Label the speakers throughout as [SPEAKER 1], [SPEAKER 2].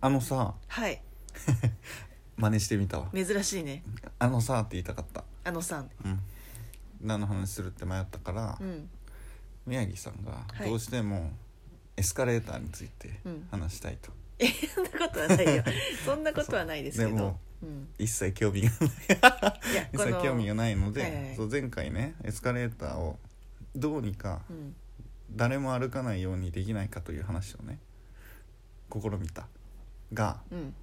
[SPEAKER 1] あのさ
[SPEAKER 2] はい
[SPEAKER 1] 真似してみたわ
[SPEAKER 2] 珍しいね
[SPEAKER 1] あのさって言いたかった
[SPEAKER 2] あのさん
[SPEAKER 1] うん何の話するって迷ったから、
[SPEAKER 2] うん
[SPEAKER 1] 宮城さんが
[SPEAKER 2] はい
[SPEAKER 1] どうしてもエスカレーターについて
[SPEAKER 2] うん
[SPEAKER 1] 話したいと、
[SPEAKER 2] えそんなことはないよ そんなことはないですけ
[SPEAKER 1] で
[SPEAKER 2] ど
[SPEAKER 1] も
[SPEAKER 2] うん
[SPEAKER 1] 一切興味がない
[SPEAKER 2] いや
[SPEAKER 1] 一切興味がないので、
[SPEAKER 2] はいはい
[SPEAKER 1] そう前回ねエスカレーターをどうにか
[SPEAKER 2] うん
[SPEAKER 1] 誰も歩かないようにできないかという話をね試みたが
[SPEAKER 2] うん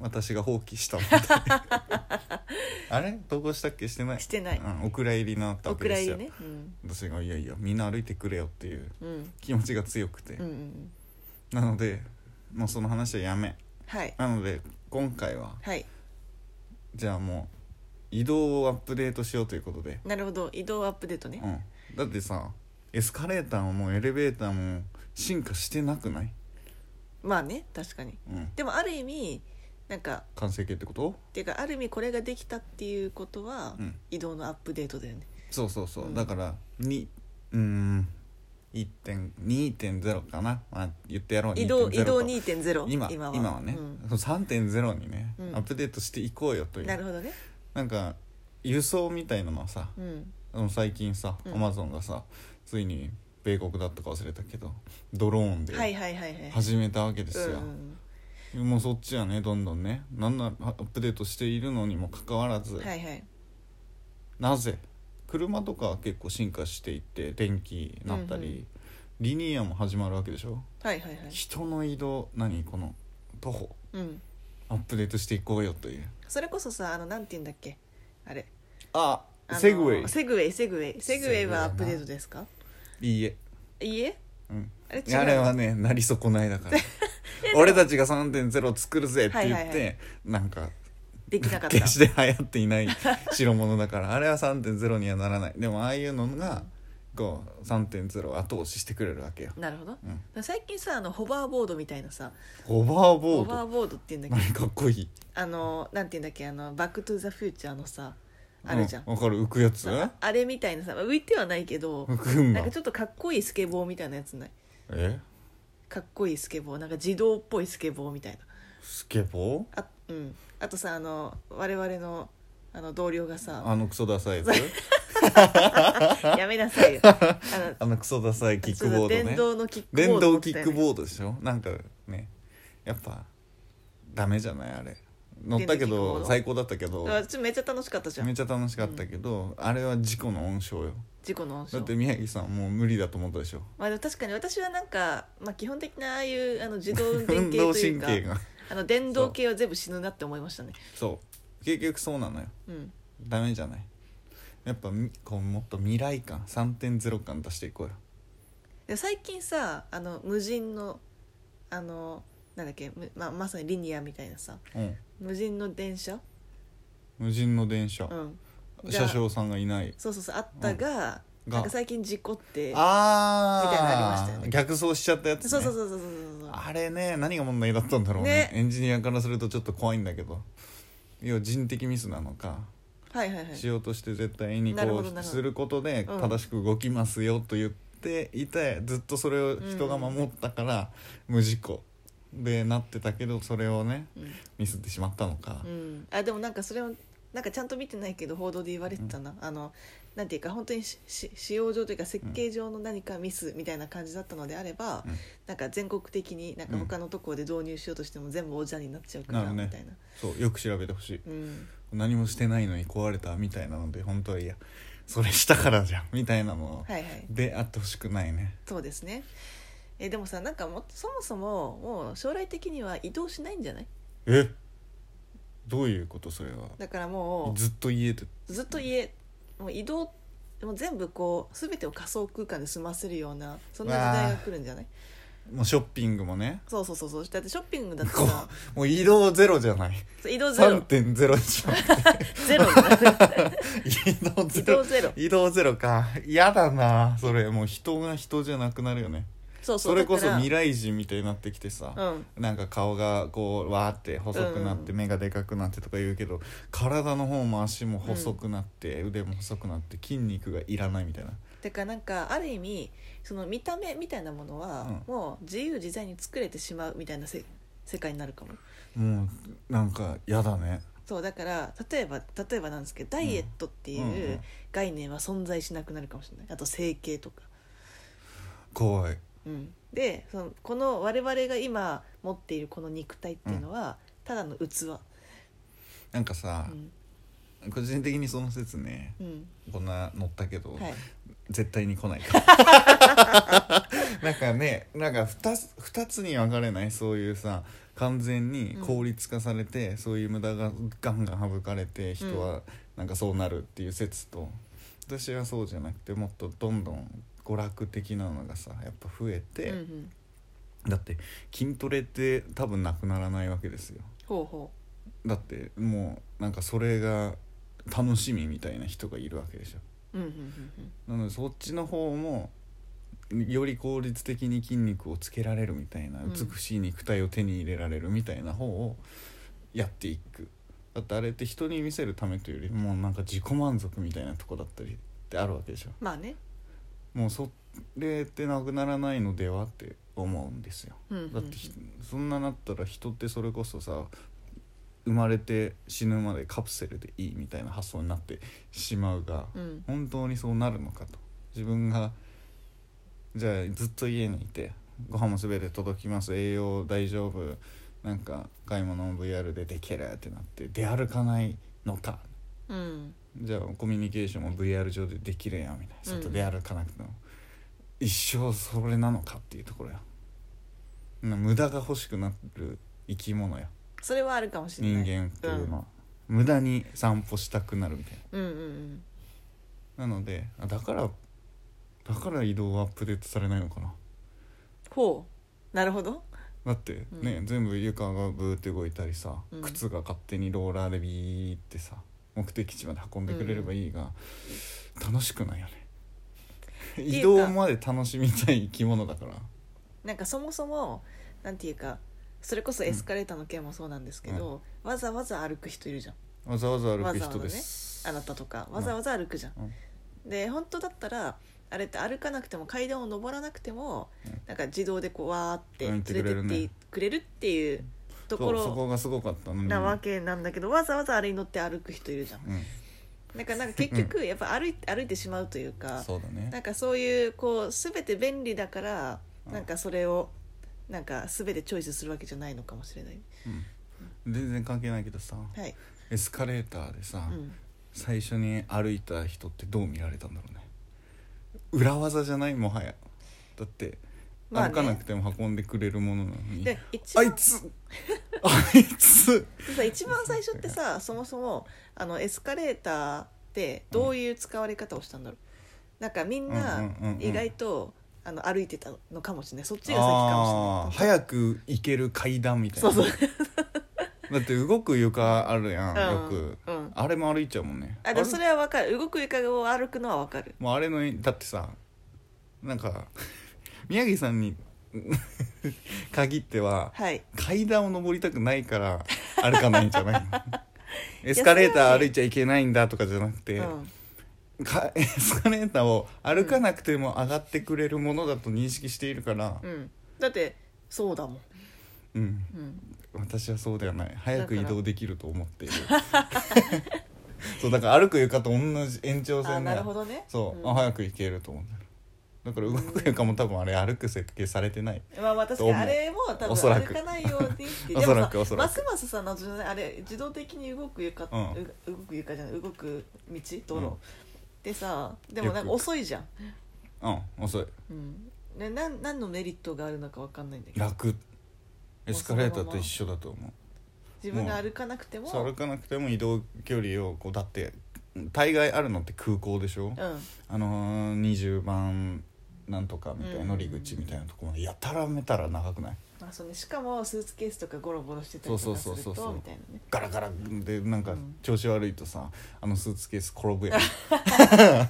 [SPEAKER 1] 私が放棄した もんであれ投稿したっけしてない
[SPEAKER 2] してない
[SPEAKER 1] うん、お蔵入りになった
[SPEAKER 2] お
[SPEAKER 1] わけで
[SPEAKER 2] 蔵
[SPEAKER 1] す
[SPEAKER 2] 入
[SPEAKER 1] よ、
[SPEAKER 2] りねうん
[SPEAKER 1] 私が「いやいやみんな歩いてくれよ」っていう
[SPEAKER 2] うん
[SPEAKER 1] 気持ちが強くて、
[SPEAKER 2] うんうん
[SPEAKER 1] なのでもうその話はやめ
[SPEAKER 2] はい
[SPEAKER 1] なので今回は
[SPEAKER 2] はい
[SPEAKER 1] じゃあもう移動をアップデートしようということで、
[SPEAKER 2] なるほど移動アップデートね
[SPEAKER 1] うん、だってさエスカレーターももうエレベーターも進化してなくない、
[SPEAKER 2] まあね確かに
[SPEAKER 1] うん、
[SPEAKER 2] でもある意味なんか
[SPEAKER 1] 完成形ってこと
[SPEAKER 2] っていうかある意味これができたっていうことは、
[SPEAKER 1] うん
[SPEAKER 2] 移動のアップデートだよね
[SPEAKER 1] そうそうそう、
[SPEAKER 2] うん
[SPEAKER 1] だからにうーん1.2.0かな、まあ、言ってやろう
[SPEAKER 2] 移動
[SPEAKER 1] 2.0
[SPEAKER 2] 移動
[SPEAKER 1] と
[SPEAKER 2] 2.0
[SPEAKER 1] 今
[SPEAKER 2] 今
[SPEAKER 1] 今
[SPEAKER 2] は
[SPEAKER 1] はね、
[SPEAKER 2] う
[SPEAKER 1] そ
[SPEAKER 2] ん
[SPEAKER 1] う3.0にね、
[SPEAKER 2] うん
[SPEAKER 1] アップデートしていこうよという
[SPEAKER 2] なるほどね
[SPEAKER 1] なんか輸送みたいなのはさ、
[SPEAKER 2] うん
[SPEAKER 1] あの最近さ
[SPEAKER 2] うん
[SPEAKER 1] アマゾンがさついに米国だったか忘れたけどドローンで
[SPEAKER 2] はいはいはいはい
[SPEAKER 1] 始めたわけですよ、
[SPEAKER 2] うん
[SPEAKER 1] もうそっちはねどんどんねなんならアップデートしているのにもかかわらず、
[SPEAKER 2] はいはい
[SPEAKER 1] なぜ車とかは結構進化していって電気になったり、
[SPEAKER 2] うんうん
[SPEAKER 1] リニアも始まるわけでしょ
[SPEAKER 2] はいはいはい
[SPEAKER 1] 人の移動何この徒歩
[SPEAKER 2] うん
[SPEAKER 1] アップデートしていこうよという
[SPEAKER 2] それこそさあのなんて言うんだっけあれ
[SPEAKER 1] あ
[SPEAKER 2] あの
[SPEAKER 1] セグウェイ
[SPEAKER 2] セグウェイセグウェイセグウェイはアップデートですか
[SPEAKER 1] いいえ、
[SPEAKER 2] いいえ
[SPEAKER 1] うん、
[SPEAKER 2] あれ違う
[SPEAKER 1] あれはねなり損ないだ から俺たちが3.0作るぜって言って、
[SPEAKER 2] はいはいはい
[SPEAKER 1] なんか
[SPEAKER 2] できなかった
[SPEAKER 1] 決して流行っていない代物だ からあれは3.0にはならないでもああいうのがこう3.0を後押ししてくれるわけよ、
[SPEAKER 2] なるほど、
[SPEAKER 1] うん、
[SPEAKER 2] 最近さあのホバーボードみたいなさ
[SPEAKER 1] ホバーボ
[SPEAKER 2] ホ
[SPEAKER 1] ード
[SPEAKER 2] バーボードって言うんだっけ
[SPEAKER 1] 何かっこいい
[SPEAKER 2] あのなんて言うんだっけあのバック・トゥ・ザ・フューチャーのさあるじゃん、
[SPEAKER 1] うわかる浮くやつ
[SPEAKER 2] ああれみたいなさ浮いてはないけど
[SPEAKER 1] 浮くん
[SPEAKER 2] な
[SPEAKER 1] だ
[SPEAKER 2] んかちょっとかっこいいスケボーみたいなやつない
[SPEAKER 1] え
[SPEAKER 2] かっこいいスケボーなんか自動っぽいスケボーみたいな
[SPEAKER 1] スケボー
[SPEAKER 2] あ,、うん、あとさあの我々のあの同僚がさ
[SPEAKER 1] あのクソダサいやつ
[SPEAKER 2] やめなさいよあの
[SPEAKER 1] あのクソダサいキックボードね
[SPEAKER 2] 電動のキックボー
[SPEAKER 1] 電
[SPEAKER 2] ド
[SPEAKER 1] 動キック
[SPEAKER 2] ー
[SPEAKER 1] ボードでしょなんかねやっぱダメじゃないあれ乗ったけ
[SPEAKER 2] 電動キックボー
[SPEAKER 1] ど
[SPEAKER 2] ド
[SPEAKER 1] 最高だったけど
[SPEAKER 2] あちょめっちゃ楽しかったじゃ
[SPEAKER 1] めっ
[SPEAKER 2] ん
[SPEAKER 1] ちゃ楽しかったけど、あれは事故の温床よ
[SPEAKER 2] 事故の温
[SPEAKER 1] だって
[SPEAKER 2] 床
[SPEAKER 1] 宮城さんもう無理だと思ったでしょ
[SPEAKER 2] まあでも確かに私はなんか、まあ、基本的なああいうあの自動運転
[SPEAKER 1] 運
[SPEAKER 2] 系
[SPEAKER 1] 動
[SPEAKER 2] とい
[SPEAKER 1] 神
[SPEAKER 2] うか
[SPEAKER 1] 経が
[SPEAKER 2] あの電動系は全部死ぬなって思いましたね
[SPEAKER 1] そう結局そうなのよ
[SPEAKER 2] うん
[SPEAKER 1] ダメじゃないやっぱみこうもっと未来感3.0感出していこうよ
[SPEAKER 2] で最近さあの無人のあのなんだっけ、むまあ、まさにリニアみたいなさ
[SPEAKER 1] うん
[SPEAKER 2] 無人の電車、
[SPEAKER 1] 無人の電車、
[SPEAKER 2] うん、じゃ
[SPEAKER 1] 車
[SPEAKER 2] あ
[SPEAKER 1] 掌さんがいない
[SPEAKER 2] そうそうそうあったが、
[SPEAKER 1] うんが
[SPEAKER 2] なんか最近事故って
[SPEAKER 1] あー
[SPEAKER 2] みたいなのありましたよね
[SPEAKER 1] 逆走しちゃったやつ、ね、
[SPEAKER 2] そうそうそうそうそうそう
[SPEAKER 1] あれね何が問題だったんだろうね
[SPEAKER 2] ね
[SPEAKER 1] エンジニアからするとちょっと怖いんだけど要は人的ミスなのか
[SPEAKER 2] はいはいはい
[SPEAKER 1] しようとして絶対に
[SPEAKER 2] なる
[SPEAKER 1] こ
[SPEAKER 2] ほどなるほ
[SPEAKER 1] う
[SPEAKER 2] ど
[SPEAKER 1] することで
[SPEAKER 2] うん
[SPEAKER 1] 正しく動きますよと言っていて、ずっとそれを人が守ったから無事故でなってたけどそれをね
[SPEAKER 2] うん、
[SPEAKER 1] ミスってしまったのか
[SPEAKER 2] う、ん、あでもなんかそれをなんかちゃんと見てないけど報道で言われてたな、あのなんていうか本当にしし使用上というか設計上の何かミスみたいな感じだったのであれば、
[SPEAKER 1] うん
[SPEAKER 2] なんか全国的になんか他のところで導入しようとしても全部おじゃになっちゃうから
[SPEAKER 1] なるね
[SPEAKER 2] みたいな
[SPEAKER 1] そうよく調べてほしい
[SPEAKER 2] うん、
[SPEAKER 1] 何もしてないのに壊れたみたいなので本当はいやそれしたからじゃんみたいなの
[SPEAKER 2] はいはい
[SPEAKER 1] であってほしくないね、
[SPEAKER 2] そうですねえでもさなんかもうそもそももう将来的には移動しないんじゃない
[SPEAKER 1] えどういうことそれは
[SPEAKER 2] だからも
[SPEAKER 1] ずっと家で
[SPEAKER 2] うずっと家もう移動もう全部こう全てを仮想空間で済ませるようなそんな時代が来るんじゃない
[SPEAKER 1] もうショッピングもね
[SPEAKER 2] そうそうそうそうだってショッピングだって
[SPEAKER 1] こ
[SPEAKER 2] さ
[SPEAKER 1] うもう移動ゼロじゃない
[SPEAKER 2] 移動ゼロ
[SPEAKER 1] 3.0でしょ
[SPEAKER 2] ゼロだね
[SPEAKER 1] 移動ゼ
[SPEAKER 2] 移
[SPEAKER 1] ロ
[SPEAKER 2] 動ゼロ
[SPEAKER 1] 移動ゼロか嫌だなそれもう人が人じゃなくなるよね
[SPEAKER 2] そうそう
[SPEAKER 1] それこそ
[SPEAKER 2] だから
[SPEAKER 1] 未来人みたいになってきてさ、
[SPEAKER 2] うん
[SPEAKER 1] なんか顔がこうわーって細くなって
[SPEAKER 2] う
[SPEAKER 1] 目がでかくなってとか言うけど、体の方も足も細くなって、腕も細くなって筋肉がいらないみたいな
[SPEAKER 2] だからなんかある意味その見た目みたいなものは、もう自由自在に作れてしまうみたいなせ世界になるかも
[SPEAKER 1] もうなんか嫌だね
[SPEAKER 2] そうだから例えば例えばなんですけどダイエットって
[SPEAKER 1] うんうんう
[SPEAKER 2] いうん概念は存在しなくなるかもしれないあと整形とか、
[SPEAKER 1] 怖い
[SPEAKER 2] うん、でそのこの我々が今持っているこの肉体っていうのは、ただの器、
[SPEAKER 1] なんかさ
[SPEAKER 2] う、ん
[SPEAKER 1] 個人的にその説ね
[SPEAKER 2] うん
[SPEAKER 1] こんな乗ったけど、
[SPEAKER 2] はい、
[SPEAKER 1] 絶対に来ないから なんかねなんか 2, つ二つに分かれないそういうさ完全に効率化されて、そういう無駄がガンガン省かれて人はなんかそうなるっていう説と、私はそうじゃなくてもっとどんどん娯楽的なのがさやっぱ増え
[SPEAKER 2] うん
[SPEAKER 1] て、
[SPEAKER 2] うん、
[SPEAKER 1] だって筋トレって多分なくならないわけですよ
[SPEAKER 2] ほうほ
[SPEAKER 1] だってもうなんかそれが楽しみみたいな人がいるわけでしょ
[SPEAKER 2] う、うんうんう
[SPEAKER 1] な
[SPEAKER 2] ん
[SPEAKER 1] のでそっちの方もより効率的に筋肉をつけられるみたいな
[SPEAKER 2] うん
[SPEAKER 1] 美しい肉体を手に入れられるみたいな方をやっていくだってあれって人に見せるためというよりもうなんか自己満足みたいなとこだったりってあるわけでしょ
[SPEAKER 2] まあね、
[SPEAKER 1] もうそれってなくならないのではって思うんですよ
[SPEAKER 2] うんうん
[SPEAKER 1] だ
[SPEAKER 2] う
[SPEAKER 1] っ
[SPEAKER 2] ん
[SPEAKER 1] てひそんななったら人ってそれこそさ生まれて死ぬまでカプセルでいいみたいな発想になってしまうが、
[SPEAKER 2] うん
[SPEAKER 1] 本当にそうなるのかと自分がじゃあずっと家にいてご飯も全て届きます栄養大丈夫なんか買い物も VR でできるってなって出歩かないのか
[SPEAKER 2] うん
[SPEAKER 1] じゃあコミュニケーションも VR 上でできるやんみたいな
[SPEAKER 2] うん
[SPEAKER 1] 外で歩かなくても、一生それなのかっていうところやな無駄が欲しくなる生き物や
[SPEAKER 2] それはあるかもしれ
[SPEAKER 1] 人
[SPEAKER 2] ない
[SPEAKER 1] 間っていうのは、無駄に散歩したくなるみたいな
[SPEAKER 2] うんうんうん
[SPEAKER 1] なのであだからだから移動はアップデートされないのかな
[SPEAKER 2] ほうなるほど
[SPEAKER 1] だってね、
[SPEAKER 2] う
[SPEAKER 1] 全部床がブーって動いたりさ、
[SPEAKER 2] うん
[SPEAKER 1] 靴が勝手にローラーでビーってさ目的地まで運んでくれればいいが、楽しくないよね
[SPEAKER 2] いうか
[SPEAKER 1] 移動まで楽しみたい生き物だから
[SPEAKER 2] なんかそもそもなんていうかそれこそエスカレーターの件もそうなんですけど、わざわざ歩く人いるじゃん
[SPEAKER 1] わざわざ歩く人です
[SPEAKER 2] あなたとかわざわざ歩くじゃん、で本当だったらあれって歩かなくても階段を上らなくても、
[SPEAKER 1] うん
[SPEAKER 2] なんか自動でこうわーって
[SPEAKER 1] うん行
[SPEAKER 2] 連
[SPEAKER 1] って
[SPEAKER 2] れ
[SPEAKER 1] くれ
[SPEAKER 2] て
[SPEAKER 1] る
[SPEAKER 2] っ
[SPEAKER 1] ね
[SPEAKER 2] てくれるっていうとこ
[SPEAKER 1] そうそ
[SPEAKER 2] ろ
[SPEAKER 1] こがすごかったのに
[SPEAKER 2] なわけなんだけど、わざわざあれに乗って歩く人いるじゃん
[SPEAKER 1] うん、
[SPEAKER 2] なんかなんか結局やっぱ歩い歩いてしまうというか
[SPEAKER 1] そうだ
[SPEAKER 2] な
[SPEAKER 1] ね
[SPEAKER 2] んかそういうこう全て便利だから
[SPEAKER 1] うん
[SPEAKER 2] なんかそれをなんか全てチョイスするわけじゃないのかもしれない
[SPEAKER 1] うん全然関係ないけどさ
[SPEAKER 2] はい、
[SPEAKER 1] エスカレーターでさ、
[SPEAKER 2] うん、
[SPEAKER 1] 最初に歩いた人ってどう見られたんだろうね裏技じゃないもはやだって
[SPEAKER 2] まあね
[SPEAKER 1] 歩かなくても運んでくれるものなのに、
[SPEAKER 2] で一
[SPEAKER 1] あ
[SPEAKER 2] 番
[SPEAKER 1] いつ あいつ
[SPEAKER 2] でさ一番最初ってさそもそもあのエスカレーターってどういう使われ方をしたんだろう、なんかみん
[SPEAKER 1] う
[SPEAKER 2] な
[SPEAKER 1] う
[SPEAKER 2] ん
[SPEAKER 1] んうんうん
[SPEAKER 2] 意外とあの歩いてたのかもしれないそっちが先
[SPEAKER 1] あ
[SPEAKER 2] か
[SPEAKER 1] あ
[SPEAKER 2] もしれない
[SPEAKER 1] 早く行ける階段みたい
[SPEAKER 2] そ
[SPEAKER 1] な
[SPEAKER 2] うそう
[SPEAKER 1] だって動く床あるやん、よく、
[SPEAKER 2] うんうん
[SPEAKER 1] あれも歩いちゃうもんね
[SPEAKER 2] あでも
[SPEAKER 1] れ
[SPEAKER 2] それは分かる動く床を歩くのは分かる
[SPEAKER 1] もうあれのだってさなんか宮城さんに 限っては
[SPEAKER 2] はい
[SPEAKER 1] 階段を登りたくないから歩かないんじゃないのエスカレーター歩いちゃいけないんだとかじゃなくて、
[SPEAKER 2] うん
[SPEAKER 1] かエスカレーターを歩かなくても上がってくれるものだと認識しているから
[SPEAKER 2] う、ん、だってそうだもん、
[SPEAKER 1] うん、
[SPEAKER 2] うん、
[SPEAKER 1] 私はそうではない早く
[SPEAKER 2] だ
[SPEAKER 1] 移
[SPEAKER 2] から
[SPEAKER 1] 動できると思っている そうだから歩く床と同じ延長
[SPEAKER 2] あ
[SPEAKER 1] 線
[SPEAKER 2] な
[SPEAKER 1] だ
[SPEAKER 2] る
[SPEAKER 1] よ
[SPEAKER 2] ほどね
[SPEAKER 1] そう、
[SPEAKER 2] ん
[SPEAKER 1] あ早く行けると思うんだよだから動く床も多分あれ歩く設計されてない
[SPEAKER 2] まあ、私
[SPEAKER 1] どうも
[SPEAKER 2] あれも多
[SPEAKER 1] おそら
[SPEAKER 2] 分
[SPEAKER 1] く
[SPEAKER 2] 歩かないようにって
[SPEAKER 1] おそらくおそらく
[SPEAKER 2] ますますさ謎じゃないあれ自動的に動く床、
[SPEAKER 1] うん
[SPEAKER 2] う動く床じゃない動く道道路、
[SPEAKER 1] うん
[SPEAKER 2] でさでもなん
[SPEAKER 1] よ
[SPEAKER 2] か
[SPEAKER 1] く
[SPEAKER 2] 遅いじゃん、
[SPEAKER 1] うん遅い
[SPEAKER 2] うん、でなん何のメリットがあるのか分かんないんだけど
[SPEAKER 1] 楽エスカレーターと一緒だと思う
[SPEAKER 2] 自分が歩かなくても
[SPEAKER 1] そう歩かなくても移動距離をこうだって大概あるのって空港でしょ、
[SPEAKER 2] うん
[SPEAKER 1] あのー、20番なんとかみたいな
[SPEAKER 2] うん
[SPEAKER 1] 乗り口みたいなとこまでやたらめたら長くない
[SPEAKER 2] まあ、そうねしかもスーツケースとかゴロゴロしてたり
[SPEAKER 1] そ
[SPEAKER 2] と
[SPEAKER 1] う
[SPEAKER 2] か
[SPEAKER 1] そ
[SPEAKER 2] す
[SPEAKER 1] う
[SPEAKER 2] る
[SPEAKER 1] そうそうそう
[SPEAKER 2] とみたいなね
[SPEAKER 1] ガラガラでなんか
[SPEAKER 2] うん
[SPEAKER 1] 調子悪いとさあのスーツケース転ぶやん
[SPEAKER 2] あ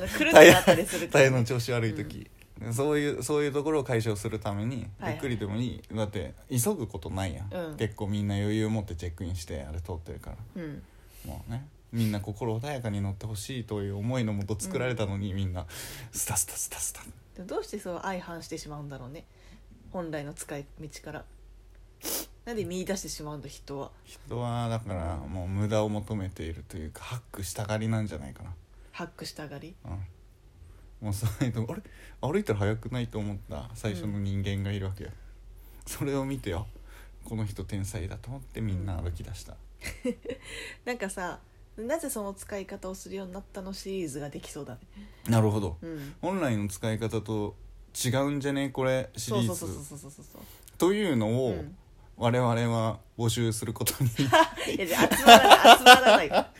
[SPEAKER 2] のくるってなったりする
[SPEAKER 1] タイヤ
[SPEAKER 2] ね
[SPEAKER 1] の調子悪い時、そういうそういうところを解消するために
[SPEAKER 2] はい
[SPEAKER 1] ゆっくりでもいい、だって急ぐことないやん、
[SPEAKER 2] うん
[SPEAKER 1] 結構みんな余裕を持ってチェックインしてあれ通ってるから
[SPEAKER 2] うん
[SPEAKER 1] もうねみんな心穏やかに乗ってほしいという思いのもと作られたのに、みんなスタスタスタスタ
[SPEAKER 2] でもどうしてそう相反してしまうんだろうね本来の使い道からなんで見出してしまうんだ人は
[SPEAKER 1] 人はだからもう無駄を求めているというかハックしたがりなんじゃないかな
[SPEAKER 2] ハックしたがり
[SPEAKER 1] うんもうそういうとこあれ歩いたら速くないと思った最初の人間がいるわけよ、それを見てよこの人天才だと思ってみんな歩き出した、
[SPEAKER 2] なんかさなぜその使い方をするようになったのシリーズができそうだね
[SPEAKER 1] なるほど、
[SPEAKER 2] うん
[SPEAKER 1] 本来の使い方と違うんじゃねこれシ
[SPEAKER 2] そう
[SPEAKER 1] リー
[SPEAKER 2] そう
[SPEAKER 1] ズ
[SPEAKER 2] そうそうそうそうそう
[SPEAKER 1] というのを、
[SPEAKER 2] うん
[SPEAKER 1] 我々は募集することに
[SPEAKER 2] いやじゃあ集まらない集まらないから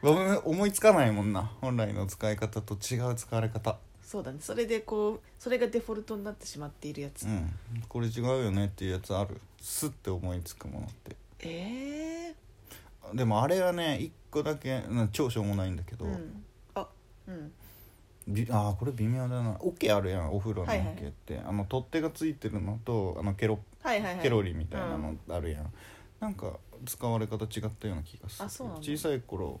[SPEAKER 1] ごめん思いつかないもんな本来の使い方と違う使われ方
[SPEAKER 2] そうだねそれでこうそれがデフォルトになってしまっているやつ、
[SPEAKER 1] うんこれ違うよねっていうやつあるスッて思いつくものって
[SPEAKER 2] ええ
[SPEAKER 1] でもあれはね一個だけうん超しょうもないんだけど、
[SPEAKER 2] うん、あうん
[SPEAKER 1] びあーこれ微妙だな桶あるやんお風呂の
[SPEAKER 2] はいはい
[SPEAKER 1] 桶って、あの取っ手がついてるのとあのケロ
[SPEAKER 2] はいはいはい
[SPEAKER 1] ケロリみたいなのあるやん、なんか使われ方違ったような気がする
[SPEAKER 2] あそうなんだ
[SPEAKER 1] 小さい頃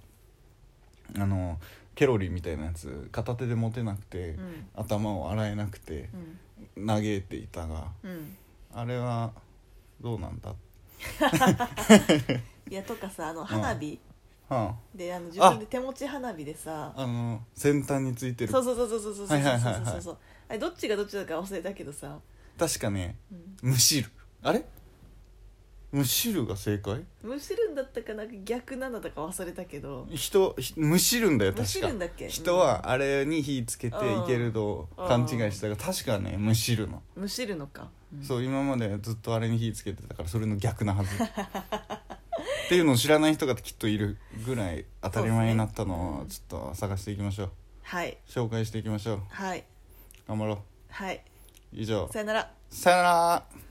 [SPEAKER 1] あのケロリみたいなやつ片手で持てなくて、
[SPEAKER 2] うん
[SPEAKER 1] 頭を洗えなくて
[SPEAKER 2] うん
[SPEAKER 1] 嘆いていたが
[SPEAKER 2] うん
[SPEAKER 1] あれはどうなんだ、はい
[SPEAKER 2] やとかさあの花火、
[SPEAKER 1] あ、
[SPEAKER 2] であの自分で手持ち花火でさ
[SPEAKER 1] あの先端についてる
[SPEAKER 2] そうそうそうそうそうそうそう
[SPEAKER 1] はいはいはいはい
[SPEAKER 2] そうそうあれどっちがどっちだか忘れたけどさ、
[SPEAKER 1] 確かね
[SPEAKER 2] うん、
[SPEAKER 1] むしるあれむしるが正解
[SPEAKER 2] むしるんだったかなんか逆なんだったか忘れたけど
[SPEAKER 1] 人ひむしるんだよ確か
[SPEAKER 2] むしるんだっけ
[SPEAKER 1] 人はあれに火つけていけると
[SPEAKER 2] うん
[SPEAKER 1] 勘違いしたが確かねむしるの、
[SPEAKER 2] むしるのか、うん
[SPEAKER 1] そう今までずっとあれに火つけてたからそれの逆なはず っていうのを知らない人がきっといるぐらい当たり前になったのをちょっと探していきましょう
[SPEAKER 2] はい
[SPEAKER 1] 紹介していきましょう
[SPEAKER 2] はい
[SPEAKER 1] 頑張ろう
[SPEAKER 2] はい
[SPEAKER 1] 以上
[SPEAKER 2] さよなら
[SPEAKER 1] さよなら